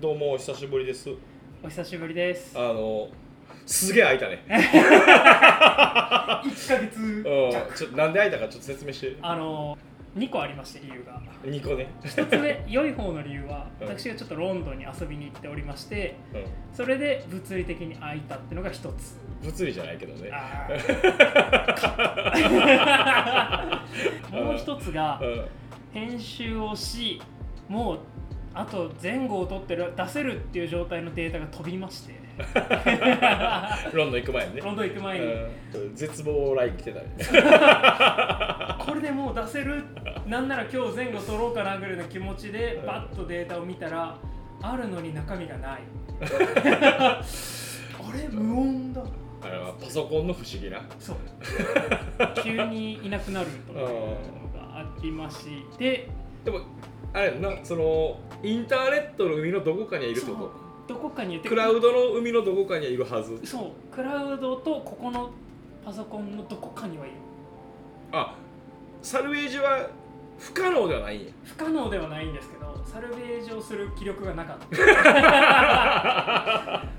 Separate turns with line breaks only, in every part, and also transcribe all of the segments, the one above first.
どうもお久しぶりです
お久しぶりです
あのすげえ開いたね、
1ヶ
うん、
月
ちょなんで開いたかちょっと説明して
あの2個ありまして理由が
2個ね、
1つ目良い方の理由は
うん
私がちょっとロンドンに遊びに行っておりまして
うん、
それで物理的に空いたってのが1つ
物理じゃないけどね
あ ーもう1つが
うん
編集をしもうあと前後を取ってる出せるっていう状態のデータが飛びまして
ロンドン行く前にね
ロンドン行く前に、
うん絶望ライン来てたね
これでもう出せる なんなら今日前後取ろうかなぐらいの気持ちでバッとデータを見たらあるのに中身がない あれ無音だ
あのパソコンの不思議な
そう急にいなくなるというのがありまして
でもあれやんなそのインターネットの海のどこかにはいるって
そう
こ
どこかに言っ
と
て
クラウドの海のどこかにはいるはず
そうクラウドとここのパソコンのどこかにはいる
あサルベージは不可能ではないんや
不可能ではないんですけどサルベージをする気力がなかっ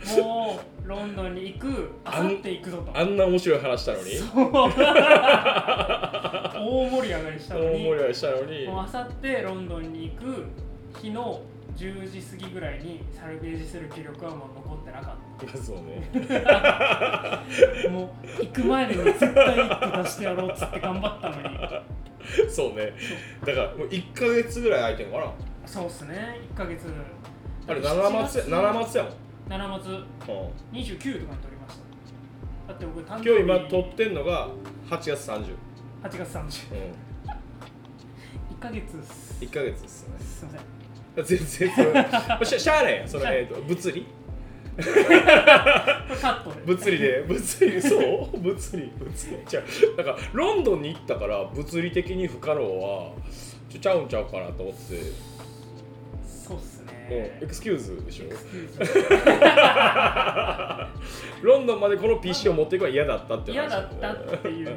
たもうロンドンに行くあさって行くぞと
あんな面白い話したのに
そう大盛り上がりしたの
大盛
に
り上がりしたのに
もうあさってロンドンに行く日の10時過ぎぐらいにサルベージする気力はもう残ってなかっ
まあそうね
たもう行く前に絶対1個出してやろうっつって頑張ったの に
そうねだからもう1か月ぐらい空いてるのかな
そうっすね1ヶ月
あれ7松や7
月
松やもん、
7月
うん
29とかに撮りましただって僕誕
今日
生
今撮
日
ってんのが8月30、
8月
う
30
ん、
一ヶ月っす
1か月ですね
すいません
全然 それまあしゃしゃあないやんそれ
しゃあない
えーと物理
これカットで
物理 で物理そう物理物理じゃうなんかロンドンに行ったから物理的に不可能はちょちゃうんちゃうかなと思って
そうっすね
エクスキューズでしょ
エクスキューズ
ロンドンまでこの PC を持っていくのは嫌だったって いう
嫌
話
だったっていう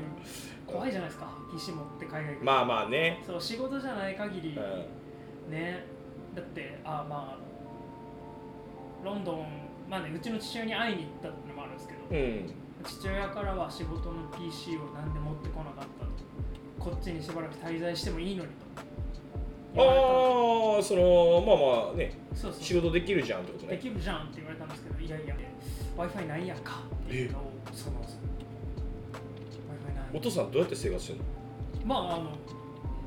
怖い
い
じゃないですか石持って海外行く
まあまあね、
そう仕事じゃない限り
う
ねだってあまあロンドンまあねうちの父親に会いに行ったってのもあるんですけ
ん
ど
うん、
父親からは仕事の PC をなんで持ってこなかったとこっちにしばらく滞在してもいいのにと言われたん
あ
で
あそのまあまあね
すそうそう
仕事できるじゃんってこと
で
ね
きるじゃんって言われたんですけど、いやいや、w i f i ないやんかっていうのを、その、その w i f i な
お
い。
父さんどうやって生活してんの
まあ、あの、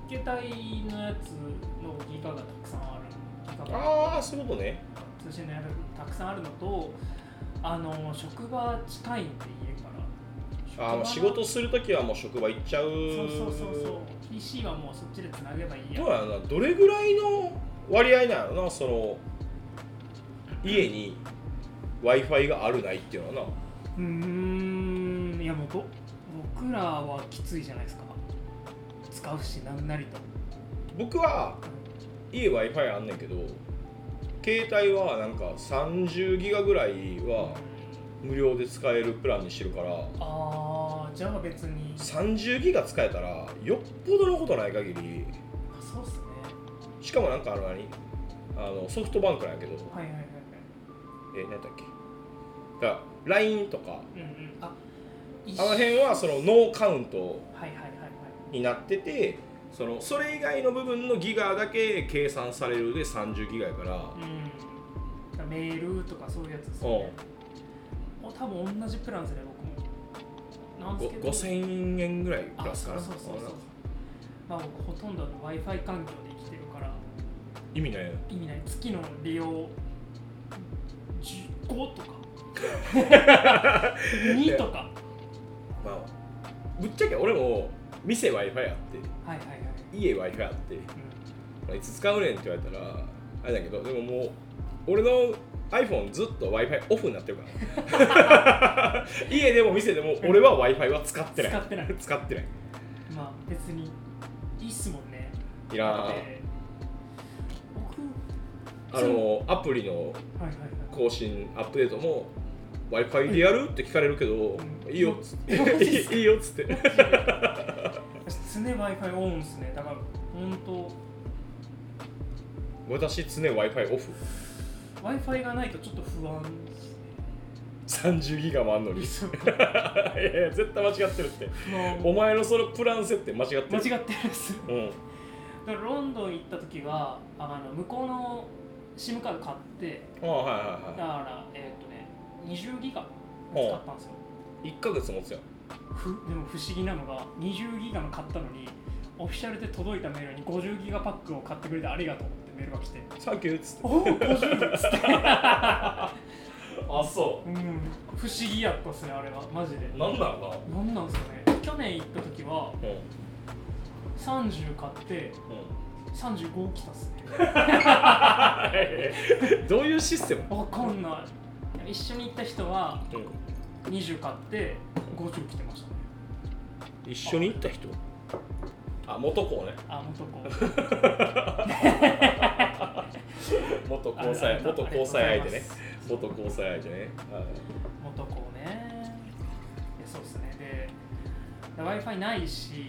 携帯のやつのギガがたくさんある、ギガが
ああそういうことね
通信のやつがたくさんあるのと、あの、職場近いんで家から。
あーまあ仕事するときはもう職場行っちゃう
そうそうそうそう、PC はもうそっちでつなげばいいや
ど。うやろなどれぐらいの割合なのなその家に w i f i があるないっていうのは
うーん、いや、もうぼ、僕らはきついじゃないですか。使うし、なんなりと。
な僕は家 w i f i あんねんけど携帯はなんか30ギガぐらいは無料で使えるプランにしてるから
ああじゃあ別にあ
30ギガ使えたらよっぽどのことない限り
そうっすね
しかもなんかあの何あのソフトバンクなんやけど
はいはいはいはい
え何だっけだから LINE とか
うんうんあ
あの辺はそのノーカウント
はいはいはいはい
になっててそのそれ以外の部分のギガだけ計算されるで30ギガやから
うんだメールとかそういうやつですよねもう多分同じプランですね僕もなんですけど
ご5000円ぐらいプ
あ
ラス
そ
か
う
な
そうそうそうまあ僕ほとんど w i f i 環境で生きてるから
意味ないよ
意味ない月の利用5とか 2とか
まあぶっちゃけ俺も店 w i f i あって
はいはいはい、
家 w i f i あって
うん
まあいつ使うねんって言われたらあれだけどでももう俺の iPhone ずっと w i f i オフになってるから 家でも店でも俺は w i f i は使ってない
使ってな い
使ってない
まあ別にいいっすもんね。
いら
だっ
ん
て僕
あのアプリの
はいはいはい。
更新アップデートも w i f i でやるって聞かれるけど
うん
いいよっつって
マジっすか
いいいいよっつって
常 Wi-Fi オンっすね。だから本当
私常 w i f i オフ
w i f i がないとちょっと不安です
30ギガもあん のにい
そう
やいや絶対間違ってるってお
ね
前のそのプラン設定間違ってる
間違ってるです
うんうん
だからロンドン行った時はあの向こうの SIM カード買って
ああはいは
だ
い
か
は
らえっ、とね20ギガ使ったんですよ
い1ヶ月持つやん
ふでも不思議なのが20ギガの買ったのにオフィシャルで届いたメールに50ギガパックを買ってくれてありがとうってメールが来て
サンキューっつって
おお50っつって
あそ
うん不思議やったっすねあれはマジで
うなんだろ
なんなんすかね去年行った時は
うなうん
30買って35来たっすね
うんどういうシステム
わかんない一緒に行った人は
うん
20買って50来てましたね
一緒に行った人あ元校ね
あ元子
元交際元交際相手ね
元
元交際相手ねはい
元子ねいやそうですねで w i f i ないし、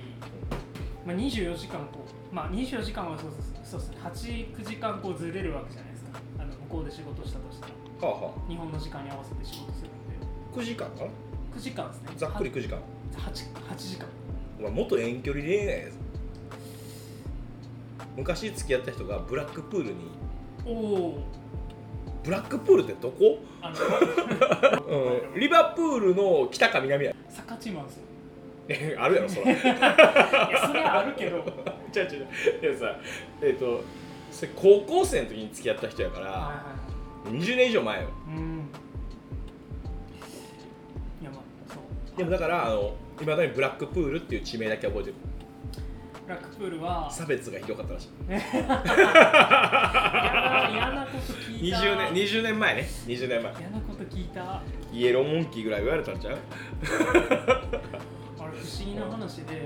まあ、24時間こうまあ24時間はそうですそうですね89時間こうずれるわけじゃないですかあの向こうで仕事したとしたら
はあは
日本の時間に合わせて仕事するんで
あ9時間かな
9時間ですね
ざっくり9時間
は 8, 8時間
お前元遠距離恋愛やぞ昔付き合った人がブラックプールに
おお
ブラックプールってどこ、
あの
うん、 リバプールの北か南 や
サッカーチームなんですよ
あるやろそら違う
いやそれはあるけど
違うでもさえっ、とそれ高校生の時に付き合った人やか
はいはい
ら
はい
20年以上前よ
うんいやまあそう
でもだからあのいまだにブラックプールっていう地名だけ覚えてる
ブラックプールは
差別がひどかったらしい
嫌な 嫌なこと聞いた
20年20年前ね20年前
嫌なこと聞いたあ
イエローモンキーぐらい言われたんちゃう、
れ不思議な話で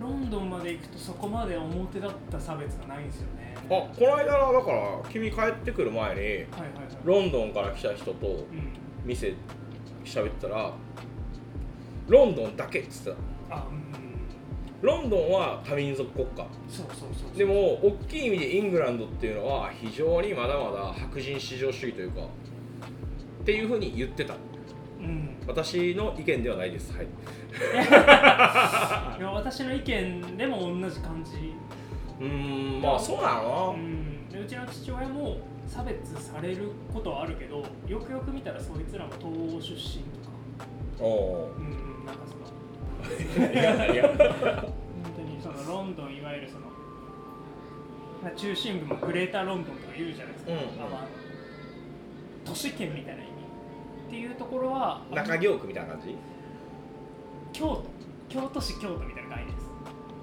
うん、あ
ロンドンまで行くとそこまで表だった差別がないんですよねはい
この間なだから君帰ってくる前に
はいはい
ロンドンから来た人と
うん
店喋ってたらロンドンだけっつってた
あうん
ロンドンは多民族国家
そうそうそう
でも大きい意味でイングランドっていうのは非常にまだまだ白人至上主義というかっていうふうに言ってた
うん
私の意見ではないですはい
いや私の意見でも同じ感じ
うーんまあそうな
う
の
んでうちの父親も差別されることはあるけどよくよく見たらそいつらも東欧出身とか
おお
うんうんなんかその
ー いや何や
本当にそのロンドンいわゆるそのまあ中心部もグレーターロンドンとか言うじゃないですか、
うんうん
まあまあ都市圏みたいな意味っていうところは
中京区みたいな感じ
京都京都市京都みたいな概念です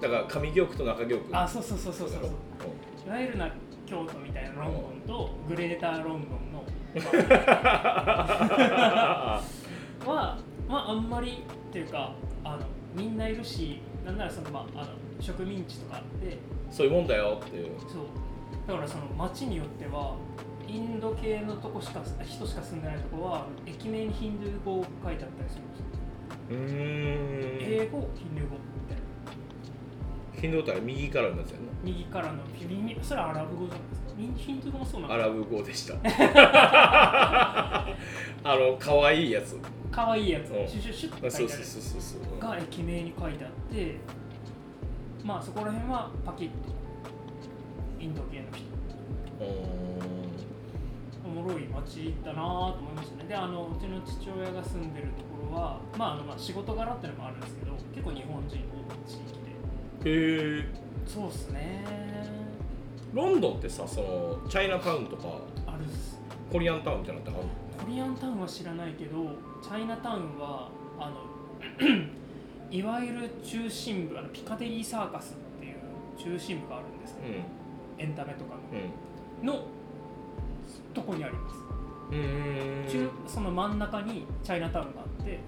だから上京区と中京区
あそうそうそうそうそう
だろ
そういわゆるな京都みたいなロンドンとグレーターロンドンのは、まあ、あんまりっていうかあのみんないるしなんならその、まあ、あの植民地とかあって
そういうもんだよっていう
そうだからその町によってはインド系のとこしか人しか住んでないとこは駅名にヒンドゥー語書いてあったりするんですよ、
うーん
英語ヒンドゥー語みたいな
ヒンドゥーったら右からのやつやん
右からのフィリミそれはアラブ語じゃないですかみんヒンドゥー語もそうな
なア
んで
ラブ語で したあの可愛いやつ
すかわいいやつ
うん
シュシュシュッ
あ
て書
そ
いうてあ
そうそ
る
うそうそう
が駅名に書いてあってまあそこら辺はパキッとインド系の人
うー
おもろい街だなと思いましたねであのうちの父親が住んでるところは、まあ、あのまあ仕事柄ってのもあるんですけど結構日本人多い地域で
んへえ
そうっすね
ロンドンってさそのチャイナタウンとか
あるっす
コリアンタウンみたいなのって
コリアンタウンは知らないけどチャイナタウンはあの いわゆる中心部あのピカデリーサーカスっていう中心部があるんです
あ
け
る
ど、エンタメとか
う
ののとこにあります
んうんうーん
中その真ん中にチャイナタウンがあって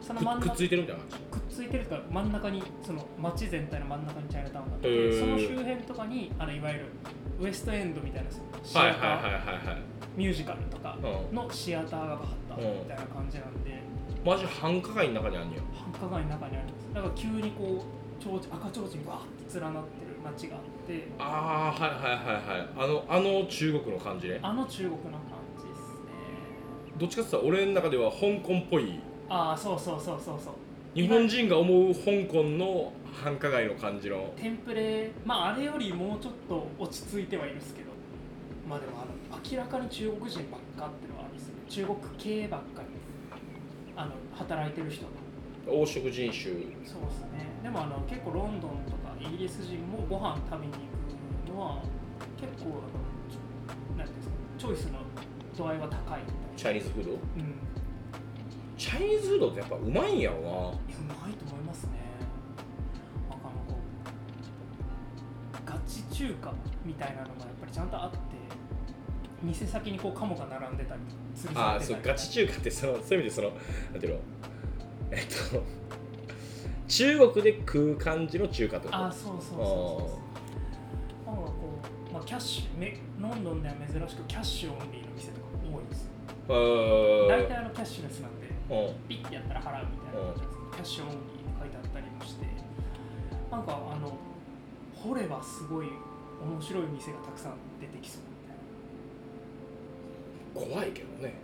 その真ん
く
中
くっついてるみたいな感
くっついてるとか真ん中にその街全体の真ん中にチャイナタウンがあっ
へ
て
ー
その周辺とかにあのいわゆるウエストエンドみたいなそのシ
じはい
ア
はい
タ
は
ー、
いはいはい
ミュージカルとか
うん
のシアターがバーッとあったみたいな感じなんで、
マジ繁華街の中にあんねや
繁華街の中にありますだから急にこうちょうち赤ちょうちんがバーッて連なってる町があって
ああはいはいはいはいあのあの中国の感じね
あの中国の感じですね
どっちかって言ったら俺の中では香港っぽい
ああそうそうそうそうそう
日本人が思う香港の繁華街の感じの
テンプレまああれよりもうちょっと落ち着いてはいるんですけどまあでもあの明らかに中国人ばっかってのはあるんですね中国系ばっかりあの働いてる人が
黄色人種
そうですねでもあの結構ロンドンとかイギリス人もご飯食べに行くのは結構あのちょなんていうんですかチョイスの度合いは高いみ
チ
たい
ャイニーズフード
なうん
チャイニーズフードってやっぱうまいんやろ
いやうまいと思いますねなかなかガチ中華みたいなのがやっぱりちゃんとあって店先にこう鴨が並んでたり吊り
なああーそ
下
う
げてた
ガ
り
チ中華ってそのそういう意味でそのなんていうのえっと中国で食う感じの中華ってこと
あーそうそうそうそうそうなんかこう、まあ、キャッシュめロンドンでは珍しくキャッシュオンリーの店とか多いですよ
うーん
大体あのキャッシュレスなんで
うん
ピッてやったら払うみたいな感じなんですけどキャッシュオンリーって書いてあったりもしてなんかあの掘ればすごい面白い店がたくさん出てきそうみたいな
怖いけどね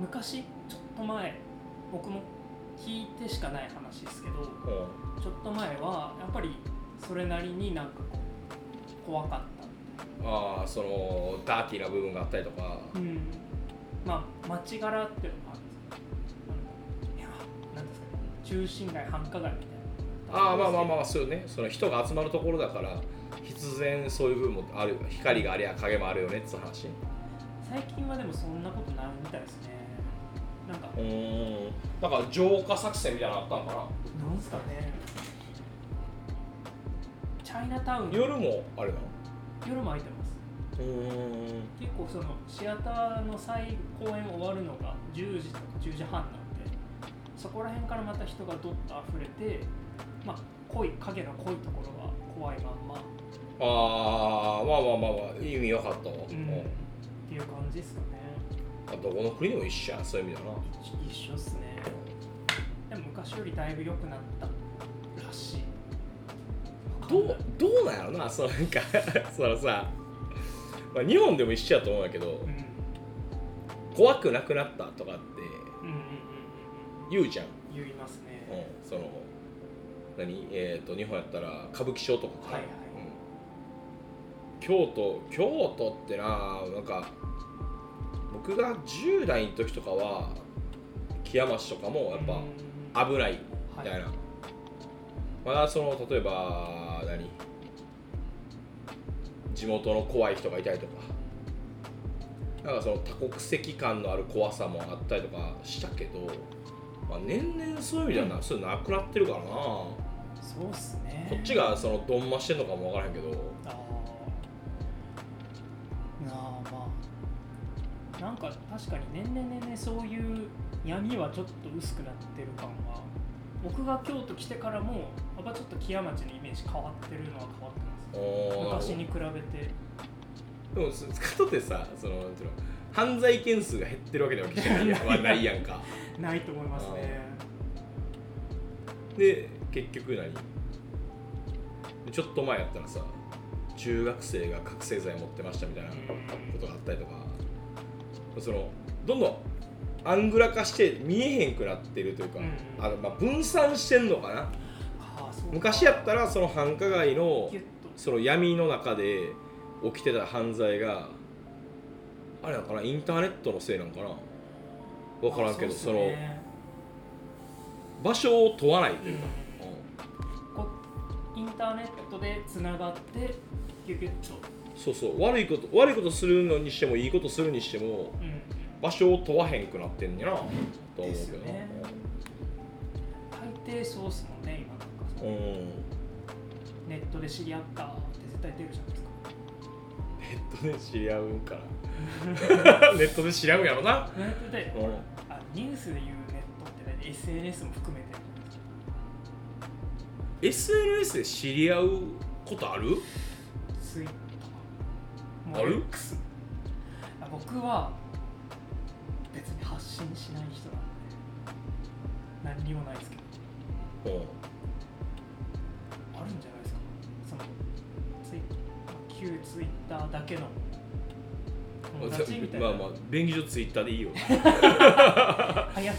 昔ちょっと前僕も聞いてしかない話ですけど
うん
ちょっと前はやっぱりそれなりになんかこう怖かった
ああそのダーティーな部分があったりとか、
うんまあ街柄っていうのもあるんですけどあのいやなんですかね中心街繁華街みたいな
ああまあまあまあそうよねその人が集まるところだから必然そういう部分もある光がありゃ影もあるよねっつう話
最近はでもそんなことないみたいですねなんか
うんなんか浄化作戦みたいなのあったのか
なんすかねチャイナタウン
な夜もあれなの
夜も空いてます
うん
結構そのシアターの最公演終わるのが10時とか10時半なんでそこら辺からまた人がどっと溢れてまあ濃い影の濃いところは怖いまんま、
ああまあまあまあまあ意味よかったわ、
う、
うんん
っていう感じですかね
あどこの国でも一緒やそういう意味だな
一一緒っすねでも昔よりだいぶ良くなったらしい
どうどうなんやろなそのなんか そのさ、まあ、日本でも一緒やと思うんやけど
うんうん
怖くなくなったとかって
うんうんうん
言うじゃん
うん言いますね、
うん、その何えっ、と日本やったら歌舞伎町とかか、
はいはい
うん京都京都ってななんか僕が10代の時とかは木山市とかもやっぱ
ぶ
危ないみたいな、まだその例えば何地元の怖い人がいたりとかなんかその多国籍感のある怖さもあったりとかしたけど、まあ、年々そういう意味ではな、そういうのなくなってるからなこ
そうっすね
っちがそのどんましてんのかも分からへんけど
あーなあまあなんか確かに年々年々そういう闇はちょっと薄くなってる感は僕が京都来てからもやっぱちょっと木屋町のイメージ変わってるのは変わって
お
ま
ー
す昔に比べて
でもそかとってさそのなんていうの犯罪件数が減ってるわけでは決して ないはないやんか
ないと思いますね
で結局何ちょっと前やったらさ中学生が覚醒剤持ってましたみたいなことがあったりとかそのどんどんアングラ化して見えへんくなってるというか、
うん
あのまあ、分散してんのかな
ああそうか
昔やったらその繁華街の
ギュッ
その闇の中で起きてた犯罪があれなんかなインターネットのせいなんかな
と
分からんけど
あ
そ,、
うっすね
の場所を問わないというか、
うん
うん
こうインターネットでつながってギュギュッと、
そうそう悪いこと悪いことするのにしてもいいことするにしても
うん、
場所を問わへんくなってんやなとは思う
で
け
す
ど
よね大抵そうっすもんね今なんか
うん
ネットで知り合ったって絶対出るじゃ ない
ネッ
ですか。
トで知り合うんから ネットで知り合うんやろな
ネットで
うん
あニュースで言うネットってね SNS も含めて
SNS で知り合うことある
ツイッター
ある
X あ僕は別に発信しない人なんで何にもないですけど
うん
あるんじゃないですか旧ツイッターだけの友達みたいな、
まあまあ便宜上ツイッターでいいよ
危う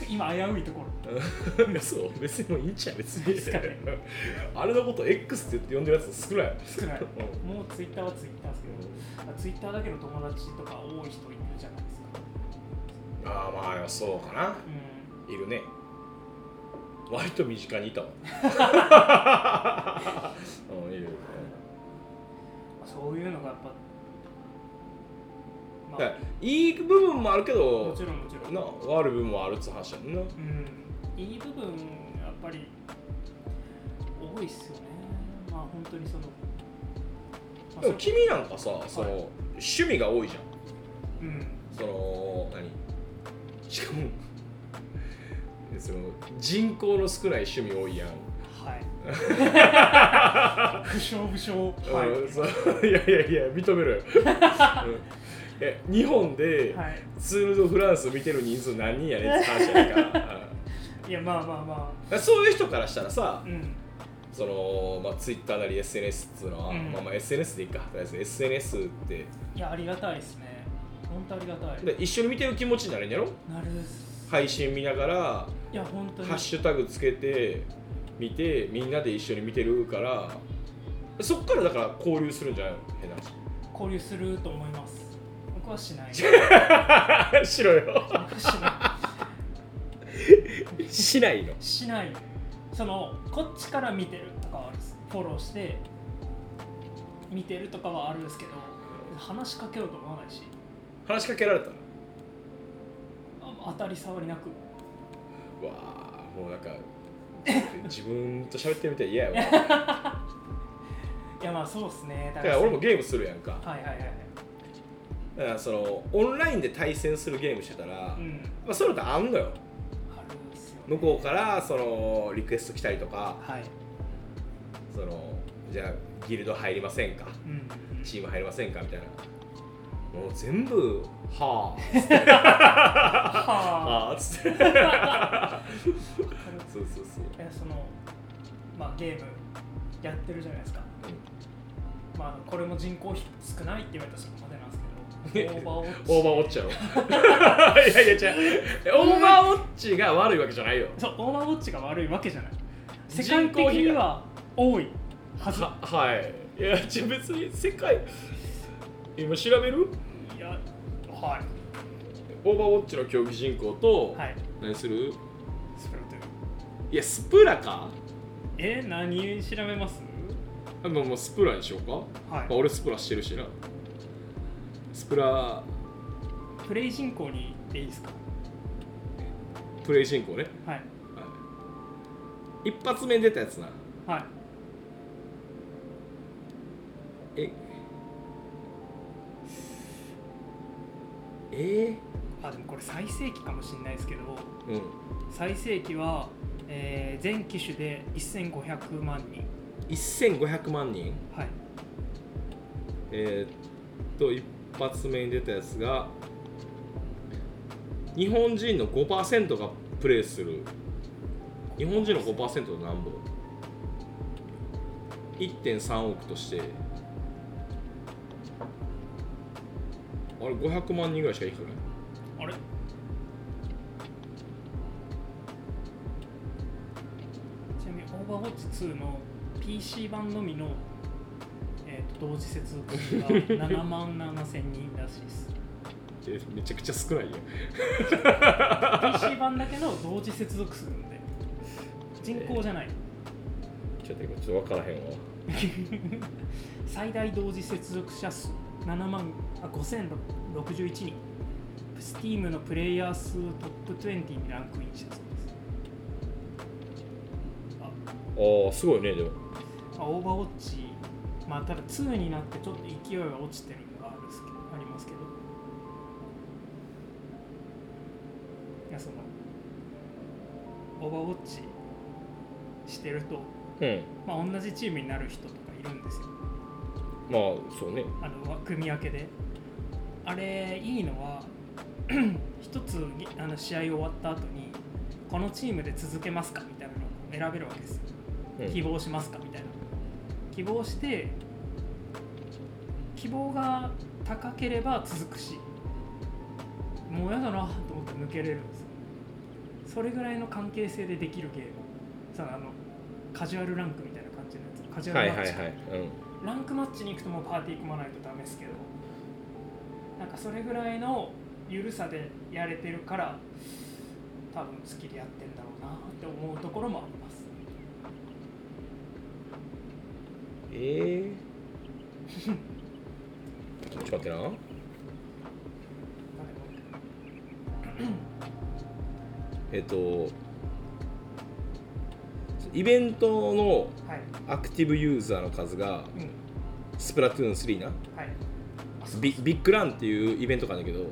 今危ういところ
そう別にもういいんちゃう別に
確かに
あれのこと X って呼んでるやつ少ない
少 ないもうツイッターはツイッターですけどあツイッターだけの友達とか多い人いるじゃないですか
ああまあそうかな
う
いるね割と身近にい たわうんいる
んそういうのがやっぱま
だ
あ
からいい部分もあるけ
も
ど
ちろんもちろん
な悪い部分もあるっつう話やもんな
うん、いい部分やっぱり多いっすよねまあ本当にその、まあ
でも
それ
君なんかさその、
はい
趣味が多いじゃん
うん
その何しかも その人口の少ない趣味多いやん、
はい 不詳不詳はい、
うんそうい やいやいや認め る、うんえ日本で、
はい、
ツール・ド・フランス見てる人数何人やねんって話や から
いやまあまあま
うんそういう人からしたらさ
あうん
その、まあ、Twitter なり SNS っつうのは、
うん
まあ、まあ SNS でいいかとりあえず SNS って
いやありがたいですね本当ありがたい
で一緒に見てる気持ちになるんやろ
なるっす
配信見ながら
いや本当に
ハッシュタグつけて見てみんなで一緒に見てるからそっからだから交流するんじゃないの変な
交流すると思います僕はし ない
話 しろよ
僕はしない
しないの
しないそのこっちから見てるとかはあるっすフォローして見てるとかはあるんですけど話しかけようと思わないし
話しかけられたら
あ当たり障りなく
わあもうなんか自分と喋ってるみたいで嫌やわ
いやまあそうっすね
だから俺もゲームするやんか
はいはいはいはい
だからそのオンラインで対戦するゲームしてたら、
うん
まあ、そういうのってあんのよ
あるんですよ
向こうからそのリクエスト来たりとか
はい
そのじゃあギルド入りませんか
うん
チーム入りませんかみたいなもう全部はあ
は
はあっつって
あわかる
そうそうそう
えそのまあゲームやってるじゃないですかまああのこれも人口比少ないって言われたらそこまでなんです けどオーバーウォッチ
オーバーウォッチやろ いやいや違うオーバーウォッチが悪いわけじゃないよ
そうオーバーウォッチが悪いわけじゃない世界
人
的
口比が
には多いはず
ははいいやちょ別に世界今調べる
いやは
オーバーウォッチの競技人口
い
と、
はい
何する
スプラトゥーン
いやスプラか
え何調べます
あもうもうスプラにしようか、
は
まあ、俺スプラしてるしなスプラ
プレイ人口にでいいですか
プレイ人口ね、
はい
はい一発目に出たやつな
はい
ええ
あでもこれ最盛期かもしれないですけど
ー、うん
最盛期は、えー全機種で1500万人
1500万人
はい
えーっと一発目に出たやつが日本人の5%がプレイする日本人の5%なんぼ1.3億としてあれ500万人ぐらいしかいくない
あれちなみに「オーバーウォッチ2」の PC 版のみの、えー、と同時接続が7万7000人らしいです
えめちゃくちゃ少ないよ
PC 版だけの同時接続数なんで人口じゃない、
ちょっと今ちょっと分からへんわ
最大同時接続者数7万あ5061人 Steam のプレイヤー数トップ20にランクインしたそうですあ
ああすごいねでも
まあオーバーウォッチ、まあ、ただ2になってちょっと勢いが落ちてるのがあるんですけどありますけどいやそのオーバーウォッチしてると、
うん
まあ、同じチームになる人とかいるんですよ
まあそうね
あのわ組み分けであれいいのは 一つにあの試合終わった後にこのチームで続けますかみたいなのを選べるわけですよ希望しますかみたいな希望して希望が高ければ続くしもうやだなと思って抜けれるんですよそれぐらいの関係性でできるゲームさあのカジュアルランクみたいな感じのやつカジュア
は
ル
い
マ
はいは
ッ
い
チ、、ランクマッチに行くともうパーティー組まないとダメですけどなんかそれぐらいの緩さでやれてるから多分好きでやってんだろうなって思うところもあります
ええちょっと待ってなえっとイベントの
はい、
アクティブユーザーの数が
うん、
スプラトゥーン3な
はいあそう
ビビッグランっていうイベントがあるんだけど
はい、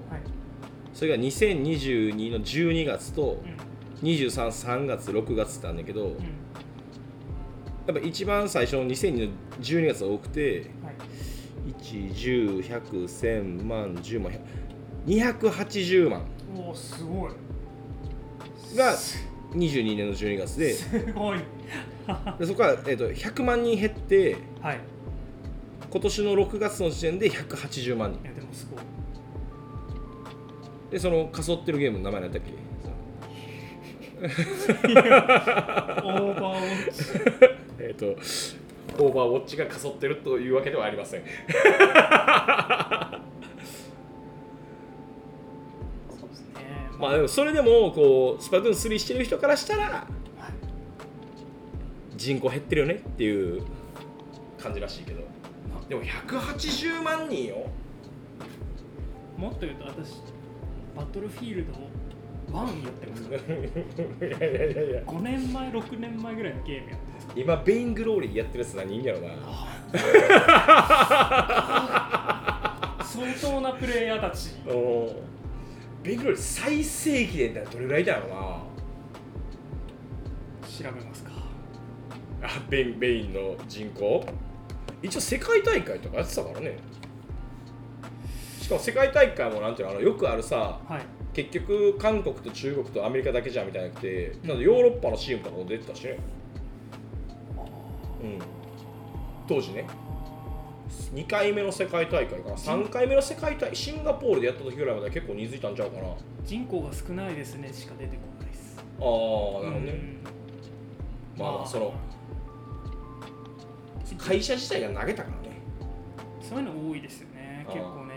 それが2022の12月と
う
233月6月ってあるんだけど
ん、
やっぱ一番最初の2002の12月が多くて
うん、はい
1101001000万10万280万
おおすごい
が
す
22年の12月で
ごい
でそこから、えっと100万人減って
はい
今年の6月の時点で180万人
いやでもすごい
でその仮想ってるゲームの名前なんだっけ
オーバーウォッチ
えっ、とオーバーウォッチがかそってるというわけではありません
そうですね
まあでもそれでもこうスパルトゥーン3してる人からしたら
はい
人口減ってるよねっていう感じらしいけどでも180万人 よ
もっと言うと私バトルフィールドを1やってますから
いやいやいやいや
5年前6年前ぐらいのゲームやってます
今ベイングローリーやってるやつ何人やろな
相当なプレイヤーたち
おベイングローリー最盛期で言ったらどれぐらいだろうな
調べますか
あベインベインの人口一応世界大会とかやってたからねしかも世界大会もなんていうのあのよくあるさ
はい
結局韓国と中国とアメリカだけじゃんみたいなくてなんかヨーロッパのチームとかも出てたしね、うん、当時ね2回目の世界大会かな3回目の世界大会シンガポールでやった時ぐらいまで結構根付いたんちゃうかなあ
人口が少ないですねしか出てこないです
あーなるほど
う
ね
ん
まあまあその会社自体が投げたからね
そういうの多いですよね
あー
結構ね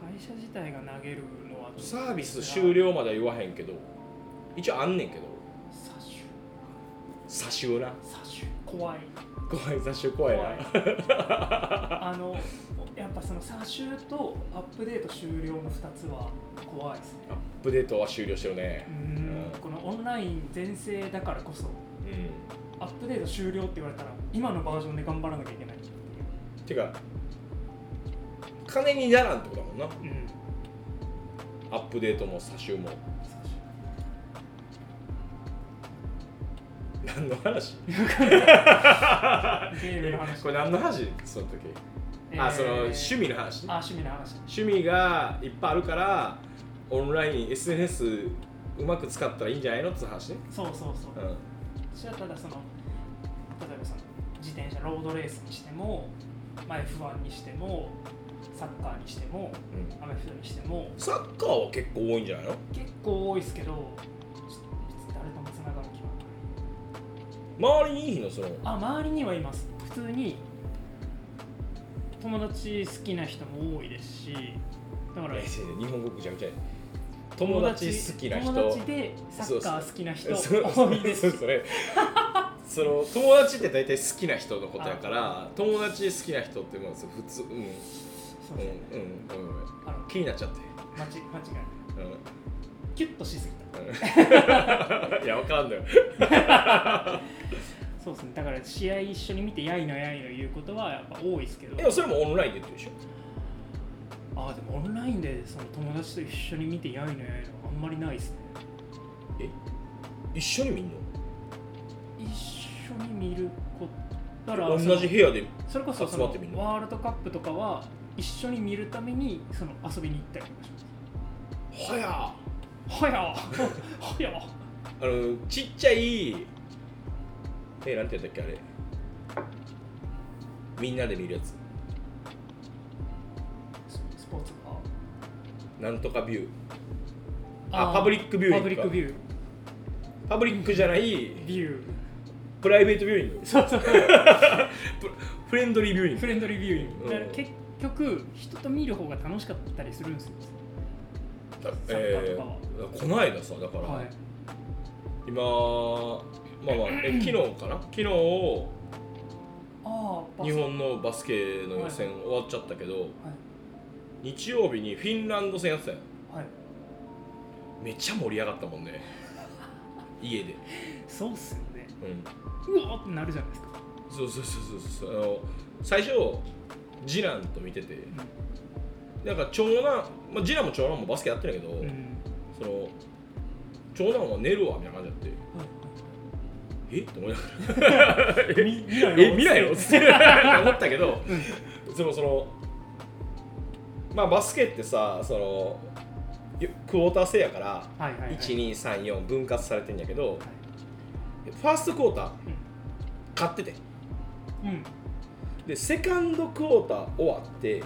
会社自体が投げるのは
サービス終了までは言わへんけど一応あんねんけど
サッシ
差しをな
ュサッシュ怖い
怖い差しを怖いな
あのやっぱその差集とアップデート終了の2つは怖いですね
アップデートは終了してるね
う、んこのオンライン全盛だからこ
う
そ
ん、
アップデート終了って言われたら今のバージョンで頑張らなきゃいけないってい
てか金にならんってことだもんな
う、うん、
アップデートも差しも
サッシュ
何の話
ゲームの話
これ何の話その時、あその趣味の話
あ趣味の話
趣味がいっぱいあるからオンライン SNS うまく使ったらいいんじゃないのって話ね、
そうそうそう
うん、
私はただその例えばその自転車ロードレースにしても、まあ、F1 にしてもサッカーにしてもアメフトにしても
サッカーは結構多いんじゃないの
結構多いですけどちょっと誰ともつながる気は
周りにいい日のその
あ周りにはいます普通に友達好きな人も多いですしだから
え先生日本語ぐちゃぐちゃや友達好きな人
友達でサッカー好きな人
そう
多いです
そう
し
それその友達って大体好きな人のことやから友達好きな人ってもう普通うんうん
そうですね
うんうん
あの
気になっちゃって
間違間違いない
うんうん
キュッとしすぎた
いやわからんのよ
そうですねだから試合一緒に見てやいのやいの言うことはやっぱ多いですけど
でもそれもオンラインでやってるでしょ
ああでもオンラインでその友達と一緒に見てやいのやいのあんまりないですね
一緒に見ん
一緒に見ることだから
の同じ部屋で
それこそそ
集まっ
の
てみるの
ワールドカップとかは一緒に見るためにその遊びに行ったりとかします
はや
は やはや
あのちっちゃいえなんて言うんだっけあれみんなで見るやつなんとかビュー
あ
あ
ー
パブリックビューイ
パ
ング
ブ
か
リックビュー
パブリックじゃない
ビュー
プライベートビューイング
そうそう
プフレンドリービューイング
フレンドリービューイングだから
うん
結局人と見る方が楽しかったりするんですよ
だ
サッカーとかは
この間さだから、
はい
今まあまあえ 昨日かな昨日
ああ
日本のバスケの予選終わっちゃったけど、
は
日曜日にフィンランド戦やってたよ
い、はい、
めっちゃ盛り上がったもん ね家で、
そうっすよね
うん、
うわーってなるじゃないですか、
そうそうそうそうそうあの最初次男と見ててなんか長男、まあ、次男も長男もバスケやってるけど、
うんうん
その長男は寝るわみたいな感じになっ
は
てえって思いながら
いみ見ない
え見ない のっつって思ったけど、でもそのまあバスケってさそのよクォーター制やから
はいはい、はい、
1234分割されてんやけど
はい
ファーストクォーター勝ってて
うんうん
でセカンドクォーター終わって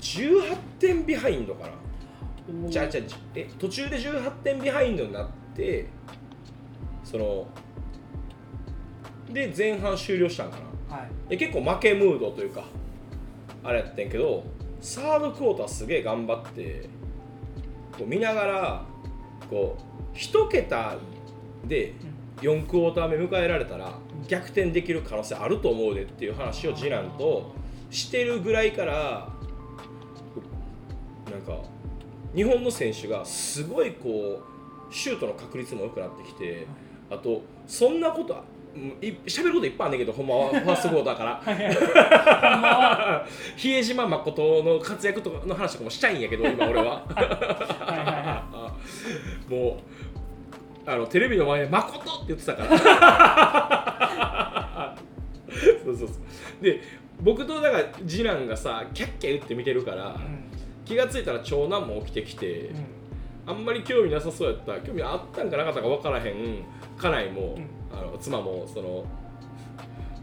18点ビハインドか
お
な
ー
じゃあじゃあじえ途中で18点ビハインドになってそので前半終了したんかな
はい
で結構負けムードというかあれやってんけどサードクォーターすげえ頑張ってこう見ながらこう1桁で4クォーター目迎えられたら逆転できる可能性あると思うでっていう話を次男としてるぐらいからなんか日本の選手がすごいこうシュートの確率も良くなってきてあとそんなことうんい喋ることいっぱいあんねんけどほんまはファーストクォーターから
はいはいほんまは
比江島誠の活躍とかの話とかもしたいんやけど今俺は
はいはいは
もうあのテレビの前で「誠!」って言ってたから そうそうそうで僕とだから次男がさキャッキャ言って見てるから、
いうん
気がついたら長男も起きてきて、あんまり興味なさそうやった興味あったんかなかったか分からへん家内も、
うん
あの妻もその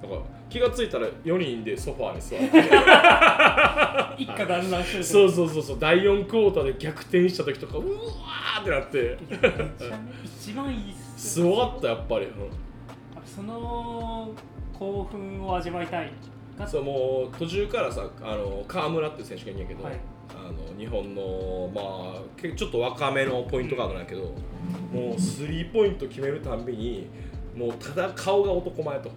なんか気がついたら4人でソファーに座っ て
一家団らんしてる
そううそうそうそう第4クォーターで逆転した時とかうわーってなって
一番いいっす
すごかったやっぱり、うん
その興奮を味わいたいか
そうもう途中からさあの川村っていう選手がいるんやけど、
はい
あの日本のまあけちょっと若めのポイントガードなんやけど、もうスリーポイント決めるたんびにもうただ顔が男前と。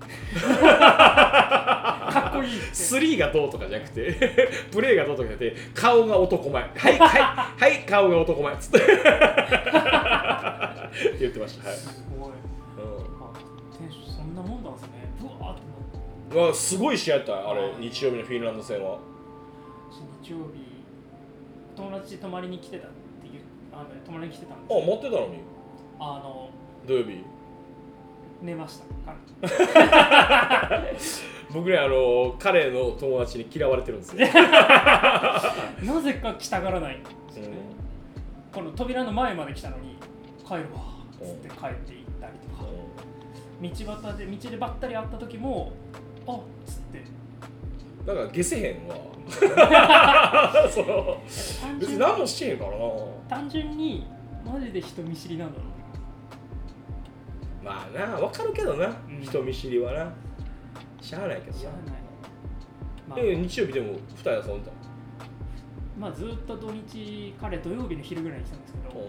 かっこいいって
スリーがどうとかじゃなくて プレーがどうとかじゃなくて顔が男前はいはいはい顔が男前っつってっ て言ってましたはい、
すごいあ選手そんなもんなんですねブワーってなって
うん、うわすごい試合やったよあれ日曜日のフィンランド戦は
日曜日友達泊まりに来てたっていうあの泊まりに来てたん
あ
です
持ってたのに
あの
土曜日
寝ましたから
僕ねあの彼の友達に嫌われてるんですよ、
なぜか来たがらないんです
う
よね、
ん
この扉の前まで来たのに帰るわっつって帰って行ったりとか道端で道でばったり会った時もあっつって
うん、だから下せへんわその
単
別に
純
何もしてへんからな
単純にマジで人見知りなんだろう
まあなわかるけどな、
うん
人見知りはなしゃあないけど
知ら
な
ない、まあ
で日曜日でも2人遊んだ
まあ、ずっと土日彼土曜日の昼ぐらいに来たんですけど、
うん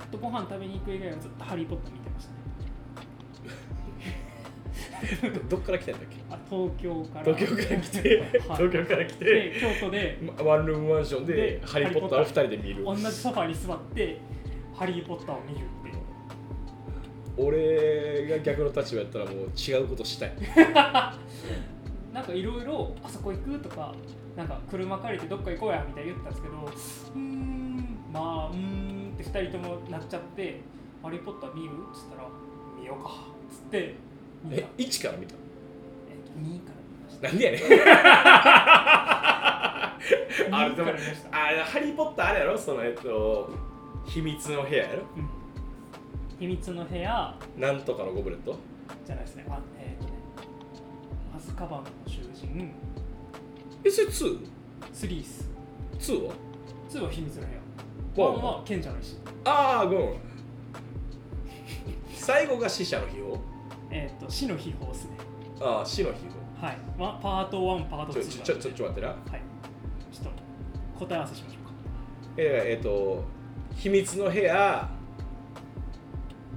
ずっとご飯食べに行く以外はずっと「ハリー・ポッター」見てましたね
どどっから来たんだっけ
あ東京から
東京から来て
はい
東京から来て
で京都で
まワンルームマンションで
で
「ハリー・ポッター」を2人で見る
同じソファに座って「ハリー・ポッター」を見るっていう
俺が逆の立場やったらもう違うことしたい
なんかいろいろ「あそこ行く?」とか「なんか車借りてどっか行こうや」みたいに言ったんですけどうーんまあうーんって2人ともなっちゃって「ハリー・ポッター見る?」っつったら「見ようか」っつって見
え
た
一1から見た
え2位から見ました
なんでやねんあ
2
れ
位
で
か
も
ら見ました
あれハリー・ポッターあれやろそのえっと秘密の部屋やろ
うん秘密の部屋
なんとかのゴブレット
じゃないですねあえっ、とねアズカバンの囚人
えそれ 2?2
スリース
は
2は秘密の部屋
ほう
1は賢者の石
ああごめんごめん最後が死者の秘宝
えっ、と死の秘宝ですね
ああ死の秘宝
はい、ま、パート1パート
ちょ
2
ちょちょちょちょ待ってな
はいちょっと答え合わせしましょうか
えー、えー、と秘密の部屋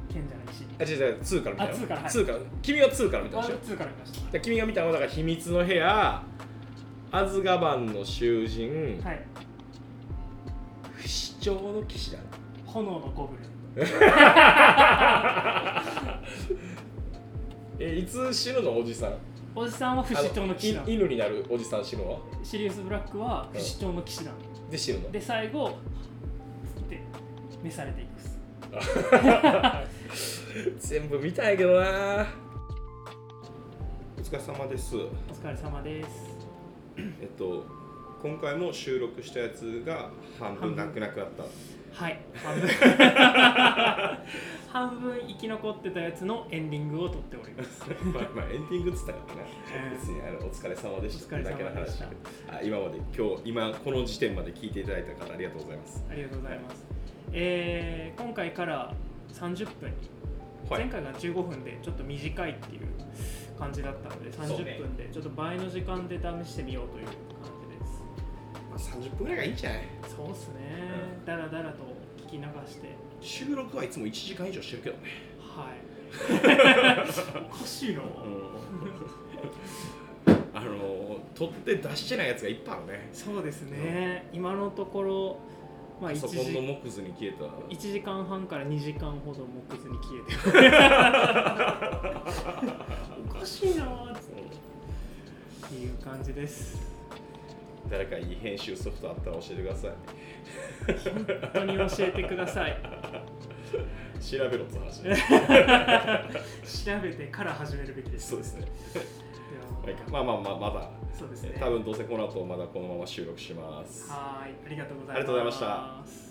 賢者の石
あ違う違う2から見たよ
あ2からはい
2から君は2から見たで
ワ
しょ
ールド2から見まし
で君が見たのはだから秘密の部屋アズガバンの囚人、
たはい
不死鳥の騎士だな
炎のゴブリ
えいつ死ぬのおじさん
ンおじさんは不死鳥の騎士
あ
団
い犬になるおじさん死ぬの
シリウス・ブラックは不死鳥の騎士団
で死ぬの
で最後つって召されていくっす
全部見たいけどなお疲れ様です
お疲れ様です
えっと今回も収録したやつが半
分なく
なくなった
はい半分半分生き残ってたやつのエンディングを撮っております
まあ、まあエンディングっつったからね
うん
別にあのお疲れ様でした
お疲れ様
だけの
でし
話
た
あ今まで今日今この時点まで聞いていただいた方ありがとうございます
ありがとうございます、えー今回から30分に前回が15分でちょっと短いっていう感じだったので
そうね
30分でちょっと倍の時間で試してみようという感じです
まあ、30分ぐらいがいいんじゃない
そうっすね、だらだらと聞き流して、
収録はいつも1時間以上してるけど ね、
はい。おかしいな。
あの撮って出してないやつがいっぱいあるね
そうですね、今のところ、まあ
パ
1
ソコンの
時、
木図に消えた
1時間半から2時間ほど木図に消えて る。おかしいなーつってっていう感じです。
誰かいい編集ソフトあったら教えてください
本当に教えてください。
調べろって 話
調べてから始めるべきです。
そうですね
で
はい
は
まあまあまあまだ
そうですね。
多分どうせこの後まだこのまま収録します
はーい、ありがとうござ
あ
います。。
りがとうございました